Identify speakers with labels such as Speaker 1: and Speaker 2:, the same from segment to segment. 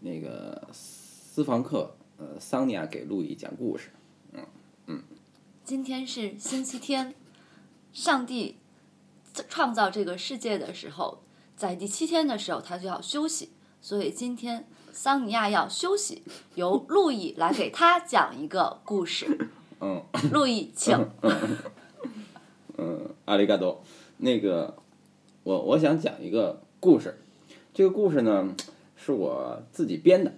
Speaker 1: 那个私房课，呃，桑尼亚给路易讲故事。
Speaker 2: 今天是星期天，上帝创造这个世界的时候，在第七天的时候他就要休息，所以今天桑尼亚要休息，由路易来给他讲一个故事。
Speaker 1: 嗯，
Speaker 2: 路易，请。
Speaker 1: 嗯，阿里嘎多。那个，我我想讲一个故事，这个故事呢是我自己编的，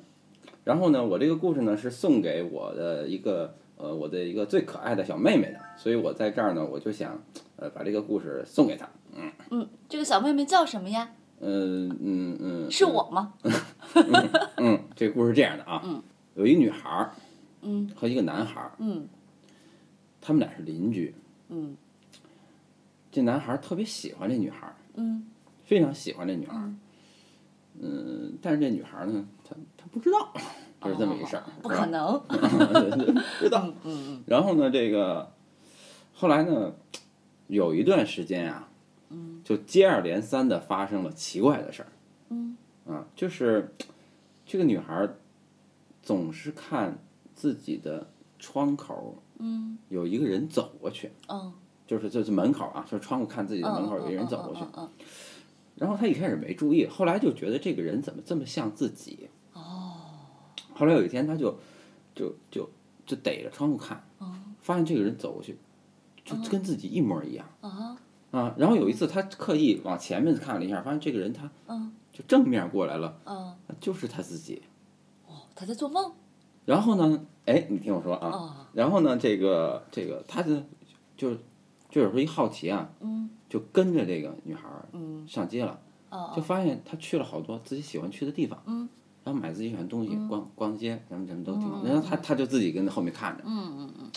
Speaker 1: 然后呢，我这个故事呢是送给我的一个呃我的一个最可爱的小妹妹的，所以我在这儿呢，我就想呃把这个故事送给她。
Speaker 2: 嗯，这个小妹妹叫什么呀？
Speaker 1: 嗯嗯嗯，
Speaker 2: 是我吗？
Speaker 1: 嗯，这故事是这样的啊，
Speaker 2: 嗯
Speaker 1: 有一女孩儿
Speaker 2: 嗯
Speaker 1: 和一个男孩儿，
Speaker 2: 嗯
Speaker 1: 他们俩是邻居。
Speaker 2: 嗯
Speaker 1: 这男孩儿特别喜欢这女孩儿，
Speaker 2: 嗯
Speaker 1: 非常喜欢这女孩儿。嗯、但是这女孩儿呢，她她不知道，
Speaker 2: 哦
Speaker 1: 就是这么一事儿，
Speaker 2: 不可能。
Speaker 1: 能知道。
Speaker 2: 嗯嗯
Speaker 1: 然后呢，这个后来呢，有一段时间啊，就接二连三的发生了奇怪的事儿。
Speaker 2: 嗯
Speaker 1: 啊，就是这个女孩儿总是看自己的窗口
Speaker 2: 嗯
Speaker 1: 有一个人走过去，
Speaker 2: 嗯，
Speaker 1: 就是就是门口啊，就是窗户看自己的门口有一个人走过去。
Speaker 2: 嗯
Speaker 1: 然后他一开始没注意，后来就觉得这个人怎么这么像自己。
Speaker 2: 哦
Speaker 1: 后来有一天，他就就就就逮着窗户看，
Speaker 2: 哦
Speaker 1: 发现这个人走过去，就跟自己一模一样
Speaker 2: 啊
Speaker 1: 啊。然后有一次，他刻意往前面看了一下，发现这个人他
Speaker 2: 嗯
Speaker 1: 就正面过来了，
Speaker 2: 嗯，
Speaker 1: 就是他自己。
Speaker 2: 哦，她在做梦
Speaker 1: 然后呢，哎，你听我说啊，
Speaker 2: 啊。
Speaker 1: 然后呢，这个这个他就就就有时候一好奇啊，
Speaker 2: 嗯
Speaker 1: 就跟着这个女孩儿
Speaker 2: 嗯
Speaker 1: 上街了。就
Speaker 2: 哦
Speaker 1: 发现他去了好多自己喜欢去的地方，
Speaker 2: 嗯，
Speaker 1: 然后买自己喜欢的东西，逛逛街，什么什么都挺好。
Speaker 2: 嗯
Speaker 1: 然后他他就自己跟在后面看着，
Speaker 2: 嗯嗯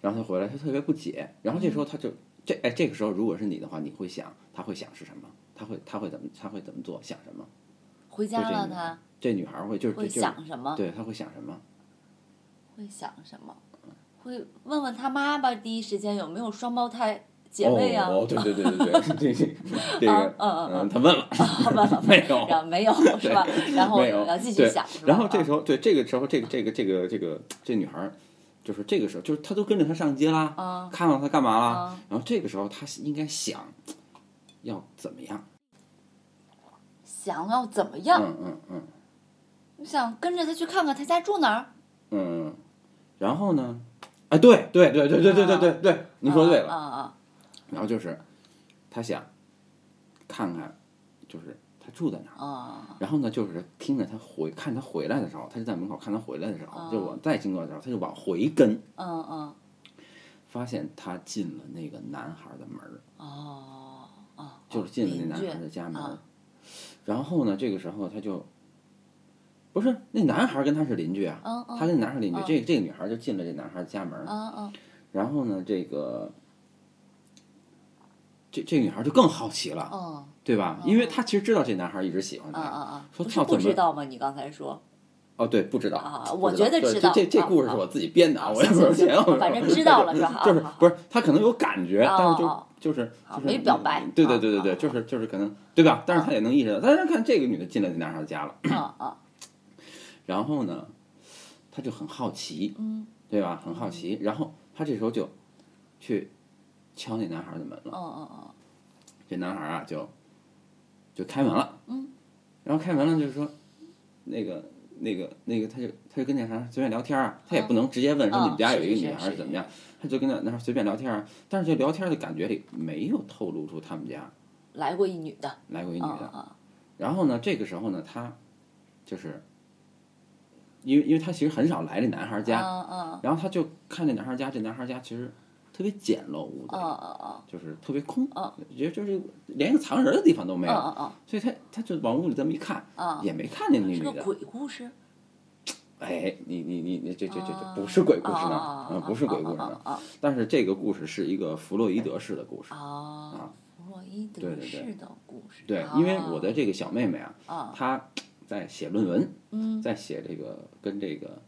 Speaker 1: 然后他回来，他特别不解。然后这时候他就这哎，这个时候如果是你的话，你会想他会想是什么？他会他会怎么他会怎么做？想什么？
Speaker 2: 回家了她
Speaker 1: 这女孩会就是
Speaker 2: 会
Speaker 1: 就是
Speaker 2: 想什么？
Speaker 1: 对，她会想什么？
Speaker 2: 会想什么？会问问她妈妈第一时间有没有双胞胎姐妹啊？
Speaker 1: 哦，哦对对对对对， 这 这这个
Speaker 2: 嗯嗯嗯
Speaker 1: 嗯，他问 了，
Speaker 2: 问了
Speaker 1: 没有，
Speaker 2: 然后没有是吧？然后
Speaker 1: 没有
Speaker 2: 我要继续
Speaker 1: 对
Speaker 2: 想是吧？啊
Speaker 1: 然后这时候，对这个时候，这个这个这个这个这女孩儿，就是这个时候，就是她都跟着他上街啦，
Speaker 2: 啊
Speaker 1: 看到他干嘛啦。
Speaker 2: 啊
Speaker 1: 然后这个时候，她应该想要怎么样？
Speaker 2: 想要怎么样？
Speaker 1: 嗯嗯嗯
Speaker 2: 你想跟着她去看看她家住哪儿？
Speaker 1: 嗯。然后呢？哎，对对对对对对对对对，你说对了。
Speaker 2: 啊啊
Speaker 1: 然后就是，她想看看，就是她住在哪儿。
Speaker 2: 啊啊！
Speaker 1: 然后呢，就是听着他回看他回来的时候，他就在门口看他回来的时候，
Speaker 2: 哦
Speaker 1: 就往再经过的时候，他就往回跟，
Speaker 2: 嗯嗯
Speaker 1: 发现他进了那个男孩的门儿，
Speaker 2: 哦哦，嗯
Speaker 1: 就是进了那男孩的家门儿。然后呢，这个时候他就，不是那男孩跟他是邻居啊，
Speaker 2: 嗯嗯
Speaker 1: 他跟男孩邻居，这个这个女孩就进了这男孩的家门儿。
Speaker 2: 嗯嗯
Speaker 1: 然后呢，这个这这个女孩就更好奇了，
Speaker 2: 嗯
Speaker 1: 对吧？因为她其实知道这男孩一直喜欢
Speaker 2: 嗯
Speaker 1: 她。
Speaker 2: 嗯嗯，
Speaker 1: 说
Speaker 2: 不是
Speaker 1: 操
Speaker 2: 不
Speaker 1: 怎
Speaker 2: 知
Speaker 1: 么
Speaker 2: 道吗？你刚才说
Speaker 1: 哦，对，不知道
Speaker 2: 啊
Speaker 1: 不
Speaker 2: 我觉得
Speaker 1: 对
Speaker 2: 知道
Speaker 1: 这这
Speaker 2: 啊
Speaker 1: 故事是我自己编的啊，我也不是
Speaker 2: 行行
Speaker 1: 钱，我
Speaker 2: 反正知道了是吧啊
Speaker 1: 就是
Speaker 2: 好好
Speaker 1: 不是他可能有感觉，
Speaker 2: 哦
Speaker 1: 但是
Speaker 2: 哦
Speaker 1: 就就是
Speaker 2: 好
Speaker 1: 就是
Speaker 2: 没表白
Speaker 1: 嗯对对对对
Speaker 2: 哦
Speaker 1: 对，
Speaker 2: 哦
Speaker 1: 就是就是可能对吧？但是他也能意识到，但是他看这个女的进了那男孩的家了，
Speaker 2: 嗯嗯
Speaker 1: 然后呢，他就很好奇，
Speaker 2: 嗯
Speaker 1: 对吧？很好奇，然后他这时候就去敲那男孩的门了，
Speaker 2: 嗯嗯嗯
Speaker 1: 这男孩啊就就开门了，
Speaker 2: 嗯，
Speaker 1: 然后开门了就是说那个。那个那个，他就他就跟那男孩随便聊天啊，他也不能直接问说
Speaker 2: 嗯
Speaker 1: 你们家有一个
Speaker 2: 是是
Speaker 1: 女孩
Speaker 2: 是
Speaker 1: 怎么样，他就跟那男孩随便聊天啊，但是这聊天的感觉里没有透露出他们家
Speaker 2: 来过一女的，
Speaker 1: 来过一女
Speaker 2: 嗯
Speaker 1: 的。
Speaker 2: 嗯
Speaker 1: 然后呢，这个时候呢，他就是因为因为他其实很少来这男孩家，
Speaker 2: 嗯嗯
Speaker 1: 然后他就看这男孩家，这男孩家其实特别简陋，屋子
Speaker 2: 嗯嗯
Speaker 1: 就是特别空
Speaker 2: 嗯，
Speaker 1: 觉得就是连个藏人的地方都没
Speaker 2: 嗯
Speaker 1: 有，
Speaker 2: 嗯
Speaker 1: 所以他他就往屋里这么一看，
Speaker 2: 嗯嗯，
Speaker 1: 也没看见那女
Speaker 2: 是个
Speaker 1: 的。
Speaker 2: 鬼故事，
Speaker 1: 哎，你你你你这这这
Speaker 2: 啊
Speaker 1: 这不是鬼故事
Speaker 2: 啊
Speaker 1: 呢，嗯，不是鬼故事呢，
Speaker 2: 啊
Speaker 1: 但是这个故事是一个弗洛伊德式的故事。
Speaker 2: 啊，弗洛伊
Speaker 1: 对
Speaker 2: 德
Speaker 1: 对对
Speaker 2: 式的故事，
Speaker 1: 对
Speaker 2: 啊，
Speaker 1: 因为我的这个小妹妹啊，
Speaker 2: 啊
Speaker 1: 她在写论文，
Speaker 2: 嗯
Speaker 1: 在写这个跟这个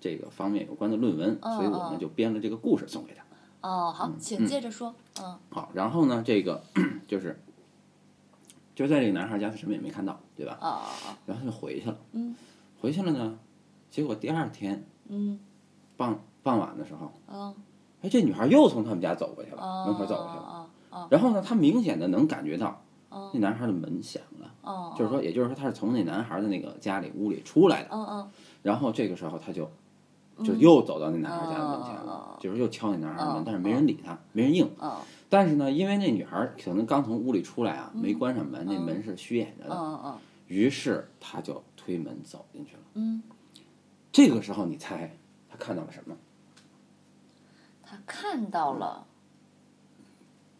Speaker 1: 这个方面有关的论文，
Speaker 2: 嗯
Speaker 1: 所以我们就编了这个故事送给她。
Speaker 2: 哦好，请接着说，嗯
Speaker 1: 好，然后呢，这个就是就在这个男孩家，他什么也没看到，对吧？
Speaker 2: 啊，
Speaker 1: 然后他就回去了。
Speaker 2: 嗯，
Speaker 1: 回去了呢，结果第二天
Speaker 2: 嗯，
Speaker 1: 傍傍晚的时候，
Speaker 2: 哦，
Speaker 1: 哎，这女孩又从他们家走过去了，
Speaker 2: 哦，
Speaker 1: 门口走过去了。
Speaker 2: 哦，哦，
Speaker 1: 然后呢，他明显的能感觉到
Speaker 2: 哦，
Speaker 1: 那男孩的门响了，
Speaker 2: 哦，
Speaker 1: 就是说，也就是说他是从那男孩的那个家里屋里出来的。
Speaker 2: 哦，哦，
Speaker 1: 然后这个时候他就就又走到那男孩家的门前
Speaker 2: 嗯哦
Speaker 1: 了，就是又敲那男孩的
Speaker 2: 哦
Speaker 1: 门，但是没人理他，没人应。
Speaker 2: 哦，
Speaker 1: 但是呢，因为那女孩可能刚从屋里出来啊，没关上门，那门是虚掩着
Speaker 2: 哦，
Speaker 1: 的，
Speaker 2: 嗯哦，
Speaker 1: 于是他就推门走进去了。
Speaker 2: 嗯，
Speaker 1: 这个时候你猜他看到了什么？
Speaker 2: 他看到了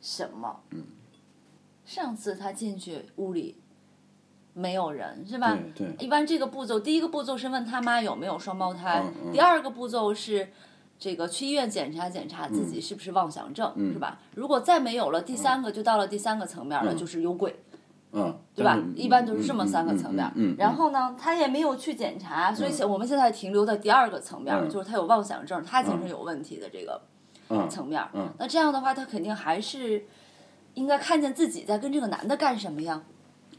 Speaker 2: 什么？嗯，上次他进去屋里没有人是吧？
Speaker 1: 对对
Speaker 2: 一般这个步骤，第一个步骤是问他妈有没有双胞胎，
Speaker 1: 嗯嗯
Speaker 2: 第二个步骤是这个去医院检查检查
Speaker 1: 嗯
Speaker 2: 自己是不是妄想症，是吧？如果再没有了，第三个就到了第三个层面了，就是有鬼，
Speaker 1: 嗯，
Speaker 2: 对吧
Speaker 1: 但？
Speaker 2: 一般都是这么三个层面。
Speaker 1: 嗯，嗯嗯嗯
Speaker 2: 然后呢，他也没有去检查，所以现我们现在停留在第二个层面，
Speaker 1: 嗯
Speaker 2: 就是他有妄想症，他精神有问题的这个
Speaker 1: 嗯
Speaker 2: 层面。
Speaker 1: 嗯
Speaker 2: 那这样的话，他肯定还是应该看见自己在跟这个男的干什么呀？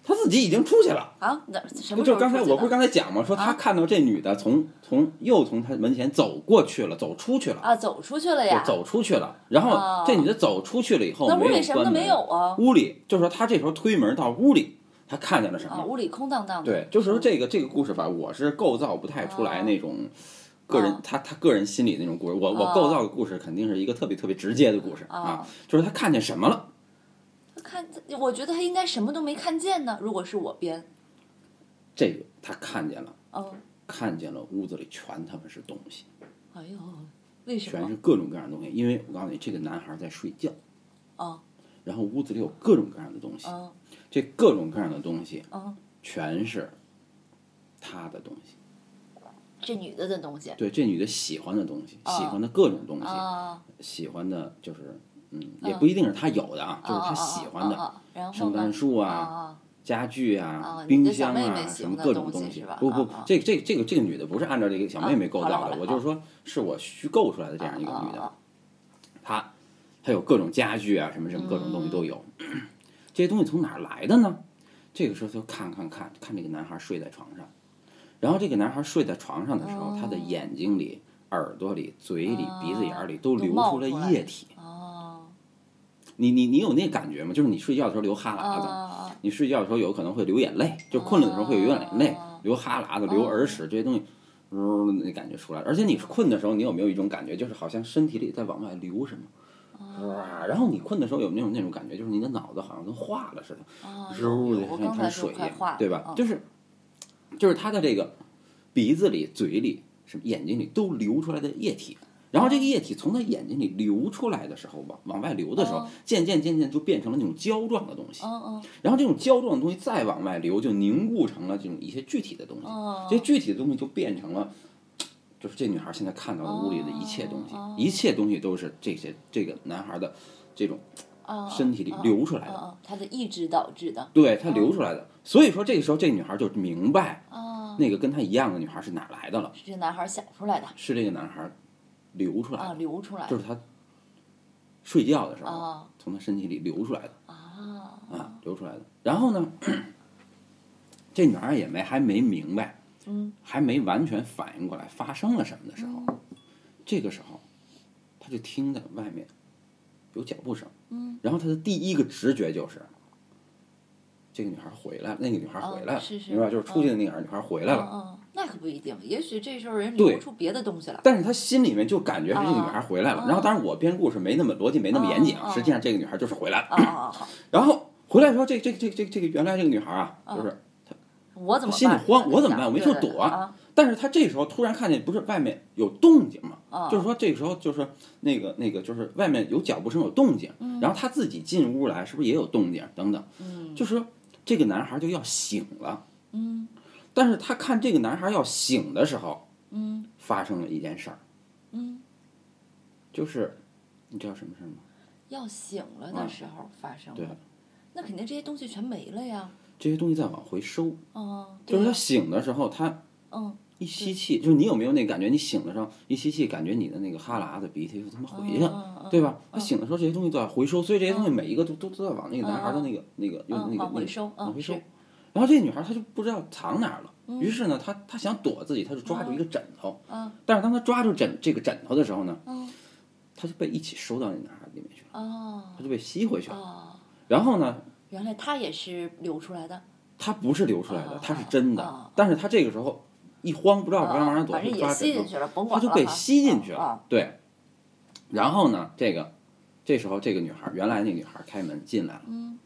Speaker 1: 他自己已经出去了。
Speaker 2: 啊，那什么时
Speaker 1: 就
Speaker 2: 候
Speaker 1: 刚才
Speaker 2: 出去啊
Speaker 1: 我
Speaker 2: 的
Speaker 1: 不是刚才讲吗？说他看到这女的从从又从他门前走过去了，走出去了，
Speaker 2: 啊，走出去了呀？
Speaker 1: 走出去了。然后
Speaker 2: 哦
Speaker 1: 这女的走出去了以后，
Speaker 2: 那
Speaker 1: 没
Speaker 2: 屋
Speaker 1: 有
Speaker 2: 里什么都
Speaker 1: 关门
Speaker 2: 没有啊？
Speaker 1: 屋里就是说他这时候推门到屋里，他看见了什
Speaker 2: 啊，
Speaker 1: 么？
Speaker 2: 屋里空荡荡的。
Speaker 1: 对，就是说这个这个故事吧，我是构造不太出来那种个人
Speaker 2: 哦
Speaker 1: 他他个人心里那种故事。我
Speaker 2: 哦
Speaker 1: 我构造的故事肯定是一个特别特别直接的故事
Speaker 2: 哦
Speaker 1: 啊，就是他看见什么了？
Speaker 2: 他看，我觉得他应该什么都没看见呢。如果是我编，
Speaker 1: 这个他看见了，
Speaker 2: 嗯，
Speaker 1: 看见了屋子里全他妈是东西，
Speaker 2: 哎呦，为什
Speaker 1: 全
Speaker 2: 么？
Speaker 1: 是各种各样的东西。因为我告诉你，这个男孩在睡觉，
Speaker 2: 哦，
Speaker 1: 然后屋子里有各种各样的东西，
Speaker 2: 嗯
Speaker 1: 这各种各样的东西
Speaker 2: 嗯，
Speaker 1: 全是他的东西。
Speaker 2: 这女的的东西
Speaker 1: 对，这女的喜欢的东西，
Speaker 2: 哦
Speaker 1: 喜欢的各种东西，
Speaker 2: 啊，
Speaker 1: 喜欢的就是，嗯，也不一定是她有的啊，
Speaker 2: 哦
Speaker 1: 就是她喜欢
Speaker 2: 啊啊
Speaker 1: 的
Speaker 2: 啊啊然后
Speaker 1: 圣
Speaker 2: 呢
Speaker 1: 诞树
Speaker 2: 啊
Speaker 1: 啊、
Speaker 2: 啊，
Speaker 1: 家具
Speaker 2: 哦
Speaker 1: 啊
Speaker 2: 你、
Speaker 1: 冰
Speaker 2: 的
Speaker 1: 箱
Speaker 2: 小妹妹
Speaker 1: 啊，
Speaker 2: 喜
Speaker 1: 什
Speaker 2: 欢
Speaker 1: 么
Speaker 2: 的
Speaker 1: 各种
Speaker 2: 东西
Speaker 1: 西
Speaker 2: 是吧。
Speaker 1: 不不
Speaker 2: 啊啊，哦
Speaker 1: 这这这个这个女的不是按照这个小妹妹构
Speaker 2: 好
Speaker 1: 造
Speaker 2: 了好啊哦
Speaker 1: 的，
Speaker 2: 了
Speaker 1: 我就是说是我虚构出来的这样一个女的，她她有各种家具啊，什么什么各种东西都有。
Speaker 2: 嗯
Speaker 1: 这些东西从哪儿来的呢？这个时候就看看看看这个男孩睡在床上，然后这个男孩睡在床上的时候，他
Speaker 2: 哦
Speaker 1: 的眼睛里、耳朵里、嘴里、鼻子眼儿里都
Speaker 2: 都
Speaker 1: 流
Speaker 2: 哦冒
Speaker 1: 出了
Speaker 2: 出来
Speaker 1: 液体。
Speaker 2: 哦
Speaker 1: 你你你有那感觉吗？就是你睡觉的时候流哈
Speaker 2: 啊
Speaker 1: 喇子，
Speaker 2: 啊
Speaker 1: 你睡觉的时候有可能会流眼泪，就困了的时候会有眼泪
Speaker 2: 哦，
Speaker 1: 流哈喇子、流耳屎这些东西，呜、那感觉出来。而且你困的时候，你有没有一种感觉，就是好像身体里在往外流什么？
Speaker 2: 嗯哦
Speaker 1: 哇！然后你困的时候有没有那种感觉，就是你的脑子好像跟化了似的，
Speaker 2: 啊！
Speaker 1: 呜的
Speaker 2: 我
Speaker 1: 像一
Speaker 2: 刚才
Speaker 1: 滩
Speaker 2: 说
Speaker 1: 水一
Speaker 2: 快化
Speaker 1: 样
Speaker 2: 了，，
Speaker 1: 对吧？
Speaker 2: 嗯
Speaker 1: 就是就是他的这个鼻子里、嘴里、什么眼睛里都流出来的液体。然后这个液体从他眼睛里流出来的时候，往往外流的时候
Speaker 2: 哦，
Speaker 1: 渐渐渐渐就变成了那种胶状的东西。
Speaker 2: 嗯嗯
Speaker 1: 然后这种胶状的东西再往外流，就凝固成了这种一些具体的东西。
Speaker 2: 哦
Speaker 1: 这些具体的东西就变成了，就是这女孩现在看到的屋里的一切东西，
Speaker 2: 哦
Speaker 1: 一切东西都是这些这个男孩的这种
Speaker 2: 啊，
Speaker 1: 身体里
Speaker 2: 啊
Speaker 1: 流出来的，
Speaker 2: 啊啊，他的意志导致的
Speaker 1: 对他流出来的。
Speaker 2: 哦
Speaker 1: 所以说这个时候这女孩就明白，
Speaker 2: 啊，
Speaker 1: 那个跟她一样的女孩是哪来的了，
Speaker 2: 是这男孩想出来的
Speaker 1: 是这个男孩流出来的，
Speaker 2: 啊，流出来
Speaker 1: 就
Speaker 2: 的
Speaker 1: 是他睡觉的时候、
Speaker 2: 啊
Speaker 1: 从他身体里流出来的。
Speaker 2: 啊
Speaker 1: 啊，流出来的。然后呢，这女孩也没还没明白，
Speaker 2: 嗯，
Speaker 1: 还没完全反应过来发生了什么的时候，这个时候，她就听到外面有脚步声，嗯，然后她的第一个直觉就是，这个女孩回来了，那个女孩回来了，
Speaker 2: 哦是是
Speaker 1: 明白吧？就是出去的那个女孩回来了。
Speaker 2: 嗯，那可不一定，也许这时候人
Speaker 1: 对
Speaker 2: 流出别的东西了。
Speaker 1: 但是她心里面就感觉是这个女孩回来了，然后当然我编故事没那么逻辑没那么严谨，啊
Speaker 2: 哦哦哦
Speaker 1: 实际上这个女孩就是回来了。
Speaker 2: 啊啊 啊！好
Speaker 1: 然后回来之后，这这这这这个原来这个女孩啊，
Speaker 2: 嗯
Speaker 1: 就是
Speaker 2: 我怎么
Speaker 1: 她心里
Speaker 2: 办
Speaker 1: 慌我怎么办我没
Speaker 2: 对
Speaker 1: 处
Speaker 2: 对对
Speaker 1: 躲
Speaker 2: 啊！
Speaker 1: 但是他这时候突然看见，不是外面有动静嘛？
Speaker 2: 啊
Speaker 1: 就是说这个时候就是那个那个就是外面有脚步声有动静，然后他自己进屋来，是不是也有动静等等？
Speaker 2: 嗯
Speaker 1: 就是说这个男孩就要醒了，
Speaker 2: 嗯
Speaker 1: 但是他看这个男孩要醒的时候，
Speaker 2: 嗯
Speaker 1: 发生了一件事儿，
Speaker 2: 嗯，
Speaker 1: 就是你知道什么事儿吗？
Speaker 2: 要醒了的时候发生
Speaker 1: 嗯对
Speaker 2: 的，那肯定这些东西全没了呀。
Speaker 1: 这些东西在往回收，
Speaker 2: 哦，
Speaker 1: 就是
Speaker 2: 对
Speaker 1: 他
Speaker 2: 呀
Speaker 1: 醒的时候，他
Speaker 2: 嗯
Speaker 1: 一吸气，就是你有没有那感觉？你醒的时候一吸气，感觉你的那个哈喇子、鼻涕就他妈回去啊了，
Speaker 2: 嗯嗯嗯
Speaker 1: 对吧？他醒的时候这些东西都在回收，所以这些东西每一个都、都都在往那个男孩的那个、那个用、那个
Speaker 2: 往回收
Speaker 1: 那个往
Speaker 2: 嗯
Speaker 1: 回收
Speaker 2: 是。嗯
Speaker 1: 然后这女孩她就不知道藏哪儿了，于是呢，她她想躲自己，她就抓住一个枕头。但是当她抓住枕这个枕头的时候呢，
Speaker 2: 嗯
Speaker 1: 她就被一起收到那男孩里面去了，
Speaker 2: 哦
Speaker 1: 她就被吸回去了。
Speaker 2: 哦，
Speaker 1: 然后呢，
Speaker 2: 原来他也是流出来的，
Speaker 1: 她不是流出来的
Speaker 2: 哦，
Speaker 1: 她是真
Speaker 2: 哦哦
Speaker 1: 的。但是她这个时候一慌，不知道往哪儿躲，
Speaker 2: 嗯反
Speaker 1: 就
Speaker 2: 正也
Speaker 1: 抓
Speaker 2: 吸
Speaker 1: 枕头
Speaker 2: 进。去了，甭
Speaker 1: 他
Speaker 2: 管
Speaker 1: 就
Speaker 2: 了
Speaker 1: 被
Speaker 2: 哈
Speaker 1: 吸进去了。
Speaker 2: 啊
Speaker 1: 对，然后呢，这个这时候这个女孩，原来那个女孩开门进来了，
Speaker 2: 嗯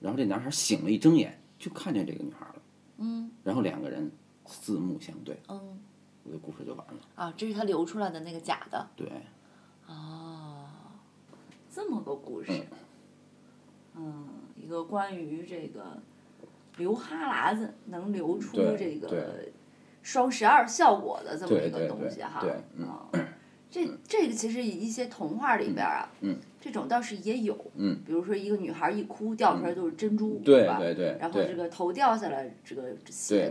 Speaker 1: 然后这男孩醒了，一睁眼就看见这个女孩了，
Speaker 2: 嗯
Speaker 1: 然后两个人四目相对，
Speaker 2: 嗯
Speaker 1: 我的故事就完了。
Speaker 2: 啊，这是他流出来的那个假的
Speaker 1: 对，
Speaker 2: 哦，这么个故事，嗯，一个关于这个流哈喇子能流出
Speaker 1: 对
Speaker 2: 这个
Speaker 1: 对
Speaker 2: 双十二效果的这么
Speaker 1: 对
Speaker 2: 一个
Speaker 1: 对
Speaker 2: 东西哈，
Speaker 1: 对对嗯
Speaker 2: 啊，这这个其实一些童话里边啊，
Speaker 1: 嗯
Speaker 2: 这种倒是也有，
Speaker 1: 嗯，
Speaker 2: 比如说一个女孩一哭掉出来都是珍珠，
Speaker 1: 对
Speaker 2: 吧？
Speaker 1: 对对
Speaker 2: 然后这
Speaker 1: 对
Speaker 2: 个头掉下来，这个血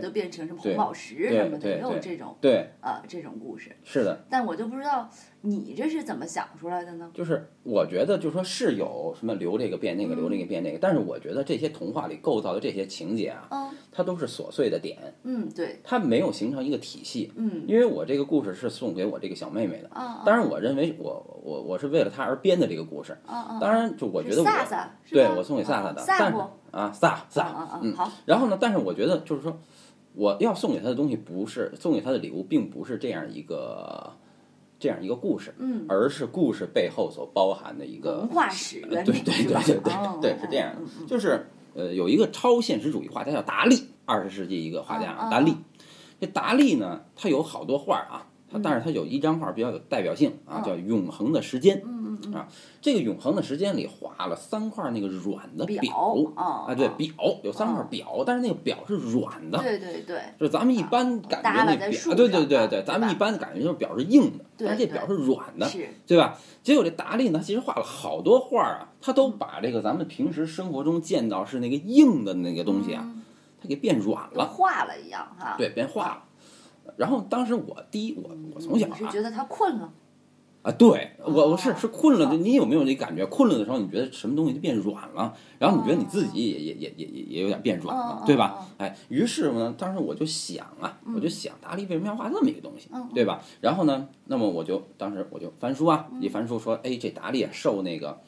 Speaker 1: 对
Speaker 2: 都变成什么
Speaker 1: 对
Speaker 2: 红宝石
Speaker 1: 对
Speaker 2: 什么的，
Speaker 1: 对
Speaker 2: 也有
Speaker 1: 对
Speaker 2: 这种
Speaker 1: 对，
Speaker 2: 啊这种故事。
Speaker 1: 是的，
Speaker 2: 但我就不知道你这是怎么想出来的呢？
Speaker 1: 就是我觉得，就说是有什么留这个变那个，留那
Speaker 2: 嗯
Speaker 1: 个变那个，但是我觉得这些童话里构造的这些情节啊，
Speaker 2: 嗯
Speaker 1: 它都是琐碎的点，
Speaker 2: 嗯，对，
Speaker 1: 它没有形成一个体系。
Speaker 2: 嗯
Speaker 1: 因为我这个故事是送给我这个小妹妹的，
Speaker 2: 啊啊
Speaker 1: 当然，我认为我我我是为了他而编的这个故事。
Speaker 2: 啊啊！
Speaker 1: 当然，就我觉
Speaker 2: 是
Speaker 1: 得我
Speaker 2: 萨萨是
Speaker 1: 对
Speaker 2: 吧
Speaker 1: 我送给萨萨的，
Speaker 2: 啊萨
Speaker 1: 但是
Speaker 2: 不？
Speaker 1: 啊萨
Speaker 2: 啊
Speaker 1: 萨，
Speaker 2: 啊啊！
Speaker 1: 嗯。
Speaker 2: 好，
Speaker 1: 然后呢，但是我觉得就是说，我要送给他的东西不是送给他的礼物，并不是这样一个这样一个故事，
Speaker 2: 嗯，
Speaker 1: 而是故事背后所包含的一个
Speaker 2: 文化史
Speaker 1: 对
Speaker 2: 原理
Speaker 1: 对对
Speaker 2: 是吧
Speaker 1: 对对
Speaker 2: 哦
Speaker 1: 对是这样
Speaker 2: 嗯
Speaker 1: 的，就是呃有一个超现实主义画家叫达利，二十世纪一个画家
Speaker 2: 啊啊
Speaker 1: 达利。这达利呢，他有好多画啊，
Speaker 2: 嗯
Speaker 1: 他但是他有一张画比较有代表性啊，叫《永恒的时间》。
Speaker 2: 嗯嗯
Speaker 1: 啊，这个《永恒的时间》里画了三块那个软的
Speaker 2: 嗯，啊
Speaker 1: 啊，对
Speaker 2: 啊
Speaker 1: 表有三块
Speaker 2: 啊
Speaker 1: 表，但是那个表是软的，
Speaker 2: 对对对，
Speaker 1: 就是咱们一般感觉
Speaker 2: 耷拉
Speaker 1: 那
Speaker 2: 在
Speaker 1: 表
Speaker 2: 树，
Speaker 1: 对
Speaker 2: 上
Speaker 1: 对对
Speaker 2: 对
Speaker 1: 对，
Speaker 2: 吧
Speaker 1: 咱们一般感觉就是表是硬的，
Speaker 2: 对
Speaker 1: 但是这表是软的，
Speaker 2: 是
Speaker 1: 对吧？结果这达利呢，其实画了好多画啊，他都把这个咱们平时生活中见到是那个硬的那个东西啊，
Speaker 2: 嗯
Speaker 1: 他给变软
Speaker 2: 跟
Speaker 1: 了，
Speaker 2: 画了一样哈。
Speaker 1: 对，变化了。然后当时我第一，我我从小
Speaker 2: 嗯你是
Speaker 1: 啊
Speaker 2: 觉得他困了？
Speaker 1: 啊，对我我是
Speaker 2: 哦
Speaker 1: 是困了
Speaker 2: 哦
Speaker 1: 的，你有没有那感觉？困了的时候，你觉得什么东西就变软了，然后你觉得你自己也也也也也也有点变软
Speaker 2: 哦
Speaker 1: 了
Speaker 2: 哦，
Speaker 1: 对
Speaker 2: 哦
Speaker 1: 吧？哎，于是呢，当时我就想啊，我就想达利为什么要画这么一个东西
Speaker 2: 嗯，
Speaker 1: 对吧？然后呢，那么我就当时我就翻书啊，一翻书说，哎，这达利啊受那个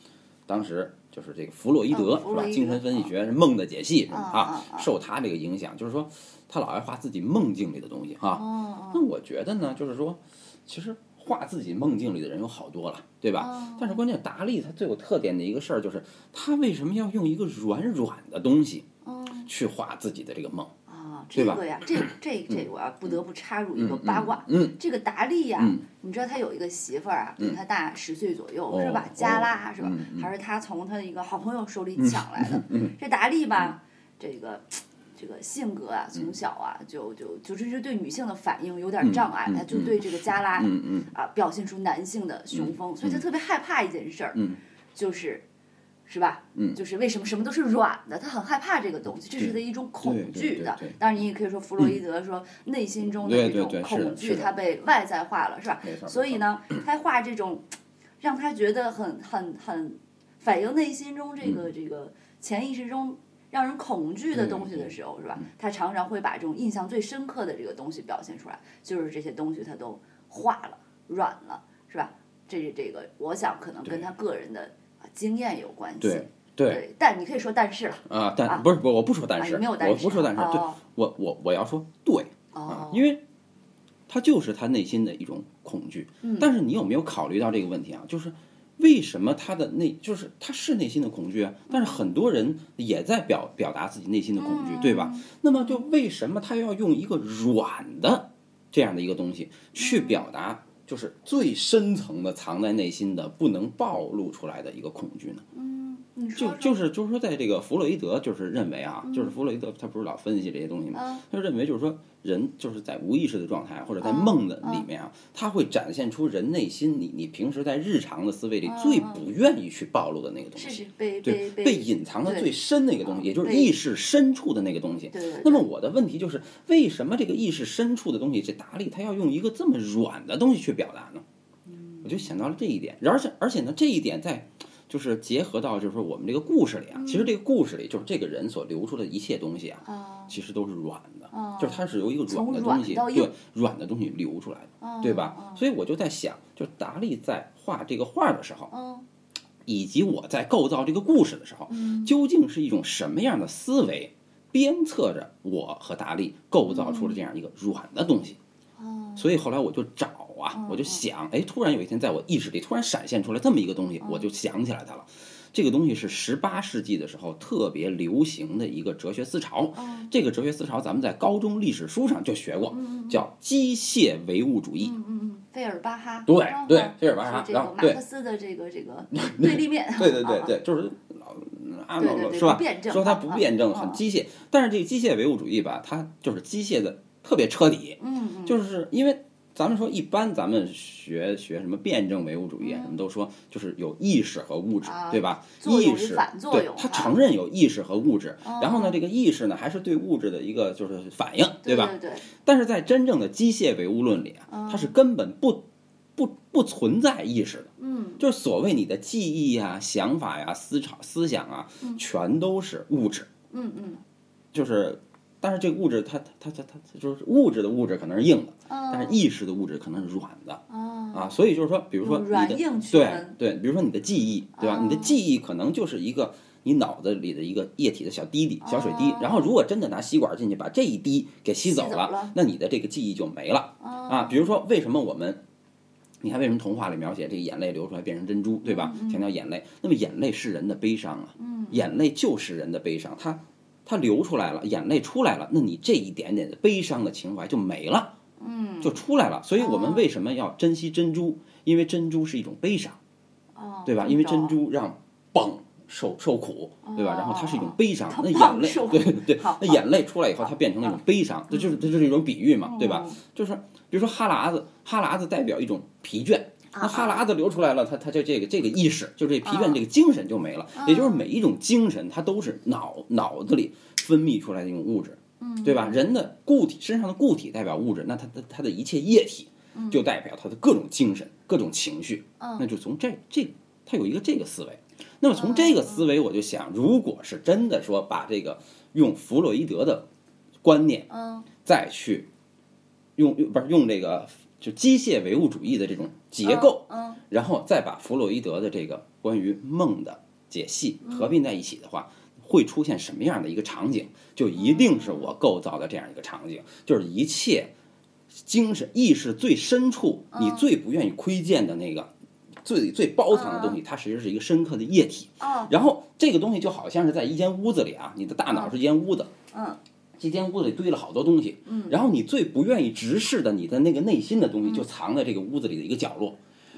Speaker 1: 当时就是这个弗洛伊德
Speaker 2: 嗯弗
Speaker 1: 是
Speaker 2: 洛
Speaker 1: 吧？
Speaker 2: 伊德
Speaker 1: 精神分析学梦的解析什么
Speaker 2: 嗯
Speaker 1: 啊
Speaker 2: 嗯嗯，
Speaker 1: 受他这个影响，就是说他老爱画自己梦境里的东西哈、啊。
Speaker 2: 哦
Speaker 1: 那我觉得呢，就是说，其实画自己梦境里的人有好多了，对吧？
Speaker 2: 哦
Speaker 1: 但是关键达利他最有特点的一个事儿就是，他为什么要用一个软软的东西
Speaker 2: 哦
Speaker 1: 去画自己的这个梦？
Speaker 2: 啊，这
Speaker 1: 对吧
Speaker 2: 个呀，这这这我要不得不插入一个
Speaker 1: 嗯
Speaker 2: 八卦。
Speaker 1: 嗯，
Speaker 2: 这个达利呀、
Speaker 1: 嗯
Speaker 2: 你知道他有一个媳妇儿啊，比他大十岁左右、
Speaker 1: 哦
Speaker 2: 是吧？加拉、啊
Speaker 1: 哦
Speaker 2: 是吧、
Speaker 1: 嗯嗯
Speaker 2: 还是他从他一个好朋友手里抢来的？这达利
Speaker 1: 嗯
Speaker 2: 吧，这个这个性格啊，从小啊就就就就是对女性的反应有点障碍，
Speaker 1: 嗯嗯
Speaker 2: 他就对这个加拉、
Speaker 1: 嗯嗯
Speaker 2: 啊表现出男性的雄风，所以他特别害怕一件事儿，
Speaker 1: 嗯
Speaker 2: 就是。是吧？
Speaker 1: 嗯
Speaker 2: 就是为什么什么都是软的，他很害怕这个东西，这是他
Speaker 1: 对
Speaker 2: 一种恐惧的
Speaker 1: 对对对对。嗯
Speaker 2: 当然，你也可以说弗洛伊德说内心中的
Speaker 1: 对
Speaker 2: 这种
Speaker 1: 对对是的
Speaker 2: 恐
Speaker 1: 是
Speaker 2: 惧，
Speaker 1: 的
Speaker 2: 它被外在化了，是吧？
Speaker 1: 没错。
Speaker 2: 所以
Speaker 1: 没错，
Speaker 2: 呢，他画这种让他觉得很很很反映内心中这
Speaker 1: 嗯
Speaker 2: 个这个潜意识中让人恐惧的东西的时候，是
Speaker 1: 嗯
Speaker 2: 吧？他常常会把这种印象最深刻的这个东西表现出来，就是这些东西他都化了、软了，是吧？这是这个，我想可能跟他个人的啊经验有关系。
Speaker 1: 对对
Speaker 2: 对，但你可以说但是了，
Speaker 1: 啊，但不是不，我不说但
Speaker 2: 啊，你
Speaker 1: 是，
Speaker 2: 没有但
Speaker 1: 我
Speaker 2: 是，
Speaker 1: 不说但是，对
Speaker 2: 哦
Speaker 1: 我我我要说对啊
Speaker 2: 哦，，
Speaker 1: 因为他就是他内心的一种恐惧。
Speaker 2: 嗯
Speaker 1: 但是你有没有考虑到这个问题啊？就是为什么他的内就是他是内心的恐惧啊？但是很多人也在表表达自己内心的恐惧，
Speaker 2: 嗯
Speaker 1: 对吧？那么就为什么他要用一个软的这样的一个东西去表达？就是最深层的藏在内心的不能暴露出来的一个恐惧呢？
Speaker 2: 嗯，你
Speaker 1: 啊就
Speaker 2: 说说
Speaker 1: 就是就是说，在这个弗洛伊德就是认为啊，就是弗洛伊德他不是老分析这些东西吗？
Speaker 2: 啊
Speaker 1: 他就认为就是说，人就是在无意识的状态或者
Speaker 2: 嗯
Speaker 1: 在梦的里面啊，他会展现出人内心你你平时在日常的思维里最不愿意去暴露的那个东
Speaker 2: 是
Speaker 1: 西，
Speaker 2: 嗯是被
Speaker 1: 对，
Speaker 2: 被
Speaker 1: 被隐藏的
Speaker 2: 对嗯
Speaker 1: 最深的一个东西，也就是
Speaker 2: 被
Speaker 1: 意识深处的那个东西。
Speaker 2: 对对
Speaker 1: 那么我的问题就是，为什么这个意识深处的东西，这达利他要用一个这么软的东西去表达呢？我就想到了这一点，然而且而且呢，这一点在就是结合到就是说我们这个故事里啊，
Speaker 2: 嗯
Speaker 1: 其实这个故事里就是这个人所流出的一切东西啊，
Speaker 2: 啊
Speaker 1: 其实都是软的，
Speaker 2: 啊，
Speaker 1: 就是它是由一个软的
Speaker 2: 从软
Speaker 1: 东西，
Speaker 2: 到硬
Speaker 1: 对软的东西流出来的，
Speaker 2: 啊
Speaker 1: 对吧？？所以我就在想，就是达利在画这个画的时候，
Speaker 2: 嗯
Speaker 1: 以及我在构造这个故事的时候，究竟是一种什么样的思维鞭策着我和达利构造出了这样一个软的东西？
Speaker 2: 嗯
Speaker 1: 所以后来我就找啊，我就想，哎，突然有一天在我意识里突然闪现出来这么一个东西，
Speaker 2: 嗯
Speaker 1: 我就想起来它了。这个东西是十八世纪的时候特别流行的一个哲学思潮，
Speaker 2: 嗯
Speaker 1: 这个哲学思潮咱们在高中历史书上就学过，
Speaker 2: 嗯
Speaker 1: 叫机械唯物主义。
Speaker 2: 嗯嗯，费尔巴哈
Speaker 1: 对
Speaker 2: 刚好
Speaker 1: 对费尔巴哈
Speaker 2: 是这
Speaker 1: 然
Speaker 2: 个
Speaker 1: 后
Speaker 2: 马
Speaker 1: 对
Speaker 2: 克思的这个这个对立面，
Speaker 1: 对对对
Speaker 2: 啊，
Speaker 1: 对，就是老阿
Speaker 2: 对
Speaker 1: 老
Speaker 2: 对
Speaker 1: 老
Speaker 2: 对
Speaker 1: 是吧
Speaker 2: 不辩？证
Speaker 1: 说它
Speaker 2: 啊
Speaker 1: 不
Speaker 2: 啊
Speaker 1: 辩证，
Speaker 2: 啊
Speaker 1: 很机械。但是这个机械唯物主义吧，它就是机械的特别彻底，
Speaker 2: 嗯嗯，
Speaker 1: 就是因为咱们说一般咱们学学什么辩证唯物主义啊，什么都说就是有意识和物质
Speaker 2: 嗯啊，
Speaker 1: 对吧？
Speaker 2: 作用
Speaker 1: 意
Speaker 2: 与
Speaker 1: 识
Speaker 2: 反作
Speaker 1: 对
Speaker 2: 用，
Speaker 1: 它
Speaker 2: 啊
Speaker 1: 承认有意识和物质，
Speaker 2: 嗯
Speaker 1: 然后呢，这个意识呢还是对物质的一个就是反应，
Speaker 2: 对
Speaker 1: 吧？
Speaker 2: 对嗯对，
Speaker 1: 但是在真正的机械唯物论里啊，它是根本不不不存在意识的。
Speaker 2: 嗯
Speaker 1: 就是所谓你的记忆啊、想法呀、思潮、思想啊，全都是物质。
Speaker 2: 嗯嗯
Speaker 1: 就是，但是这个物质它，它它它它就是物质的物质可能是硬的，
Speaker 2: 嗯，
Speaker 1: 但是意识的物质可能是软的
Speaker 2: 啊
Speaker 1: 啊。所以就是说，比如说
Speaker 2: 用
Speaker 1: 你
Speaker 2: 软
Speaker 1: 的
Speaker 2: 硬区
Speaker 1: 对
Speaker 2: 分
Speaker 1: 对，比如说你的记忆，对吧？
Speaker 2: 哦
Speaker 1: 你的记忆可能就是一个你脑子里的一个液体的小滴滴、小水滴
Speaker 2: 哦。
Speaker 1: 然后如果真的拿吸管进去把这一滴给吸走
Speaker 2: 吸走了
Speaker 1: 了，那你的这个记忆就没了。
Speaker 2: 啊
Speaker 1: 啊，比如说为什么我们，你看为什么童话里描写这个眼泪流出来变成珍珠，对吧？强调眼泪，那么眼泪是人的悲伤啊，眼泪就是人的悲伤，它它流出来了，眼泪出来了，那你这一点点的悲伤的情怀就没了，嗯，哦就出来了。所以我们为什么要珍惜珍珠？因为珍珠是一种悲伤，
Speaker 2: 哦
Speaker 1: 对吧？
Speaker 2: 这
Speaker 1: 因为
Speaker 2: 么
Speaker 1: 珍
Speaker 2: 着
Speaker 1: 珠让蚌受受苦，对吧？然后它是一种悲伤，那
Speaker 2: 哦蚌
Speaker 1: 眼泪
Speaker 2: 受，苦
Speaker 1: 对对
Speaker 2: 好，嗯
Speaker 1: 那
Speaker 2: 好
Speaker 1: 眼泪出来以后，它变成了一种悲伤，这就是这就是一种比喻嘛，对
Speaker 2: 哦
Speaker 1: 吧？就是比如说哈喇子，哈喇子代表一种疲倦，
Speaker 2: 啊
Speaker 1: 那哈喇子流出来了，它它就这个这个意识，就这疲倦这个精神就没了。
Speaker 2: 啊
Speaker 1: 也就是每一种精神，它都是脑脑子里分泌出来的一种物质，对吧？人的固体身上的固体代表物质，那它的它的一切液体就代表它的各种精神、各种情绪。那就从这这，它有一个这个思维。那么从这个思维，我就想，如果是真的说把这个用弗洛伊德的观念，
Speaker 2: 嗯
Speaker 1: 再去用用不是用这个就机械唯物主义的这种结构，
Speaker 2: 嗯
Speaker 1: 然后再把弗洛伊德的这个关于梦的解析
Speaker 2: 嗯
Speaker 1: 合并在一起的话，会出现什么样的一个场景？就一定是我构造的这样一个场景，就是一切精神意识最深处，
Speaker 2: 嗯
Speaker 1: 你最不愿意窥见的那个。最最包藏的东西，它其实是一个深刻的液体。
Speaker 2: 嗯哦
Speaker 1: 然后这个东西就好像是在一间屋子里啊，你的大脑是一间屋子，
Speaker 2: 嗯
Speaker 1: 这间屋子里堆了好多东西，嗯，然后你最不愿意直视的你的那个内心的东
Speaker 2: 嗯
Speaker 1: 西，就藏在这个屋子里的一个角落。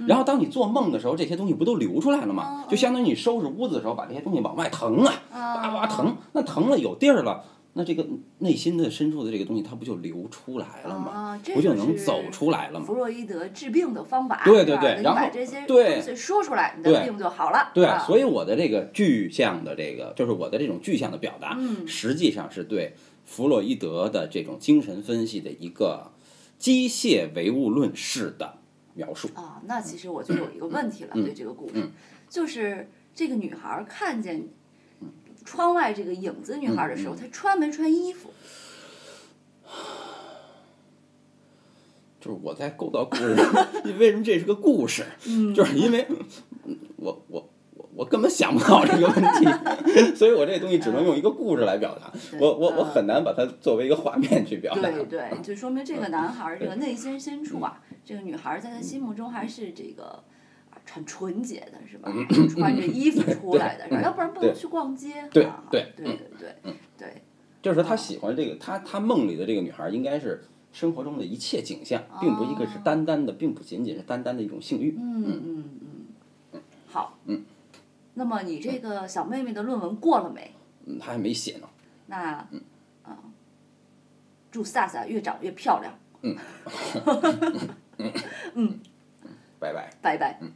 Speaker 1: 然后当你做梦的时候，这些东西不都流出来了吗？
Speaker 2: 嗯
Speaker 1: 就相当于你收拾屋子的时候，把这些东西往外腾啊，哇哇腾，那腾了有地儿了，那这个内心的深处的这个东西，它不就流出来了吗？
Speaker 2: 啊，这
Speaker 1: 不就
Speaker 2: 就
Speaker 1: 能
Speaker 2: 是
Speaker 1: 走出来了吗？
Speaker 2: 弗洛伊德治病的方法，
Speaker 1: 对
Speaker 2: 是
Speaker 1: 对
Speaker 2: 吧
Speaker 1: 对
Speaker 2: 你
Speaker 1: 然
Speaker 2: 把
Speaker 1: 后
Speaker 2: 这些
Speaker 1: 对
Speaker 2: 东西说出来，你
Speaker 1: 对
Speaker 2: 的病就好了。
Speaker 1: 对，
Speaker 2: 啊
Speaker 1: 所以我的这个具象的这个，就是我的这种具象的表达，
Speaker 2: 嗯
Speaker 1: 实际上是对弗洛伊德的这种精神分析的一个机械唯物论式的描述。
Speaker 2: 啊，那其实我就有一个问题了，
Speaker 1: 嗯
Speaker 2: 对这个故事，就是这个女孩看见窗外这个影子女孩的时
Speaker 1: 嗯
Speaker 2: 候，她穿没穿衣服？
Speaker 1: 就是我在构造故事， 为什么这是个故事？就是因为嗯我我我我根本想不到这个问 题，所以我这东西只能用一个故事来表达。我我我很难把它作为一个画面去表达。
Speaker 2: 嗯
Speaker 1: 嗯
Speaker 2: 对对，就说明这个男孩儿这个内心深处啊，这个女孩儿在他心目中还是这个。啊很纯洁的是吧？穿着衣服出来的，要不然不能
Speaker 1: 嗯对
Speaker 2: 去逛街。
Speaker 1: 对
Speaker 2: 啊
Speaker 1: 对嗯
Speaker 2: 对对对对，
Speaker 1: 就是他喜欢这个，他他梦里的这个女孩应该是生活中的一切景象，并不一个
Speaker 2: 啊
Speaker 1: 是嗯单单的，并不仅仅是单单的一种性欲。
Speaker 2: 嗯嗯嗯嗯，好，嗯，那么你这个小妹妹的论文过了没？
Speaker 1: 嗯他还没写呢。
Speaker 2: 那，嗯，啊，祝萨萨越长越漂亮，
Speaker 1: 拜拜。
Speaker 2: 拜拜。
Speaker 1: 嗯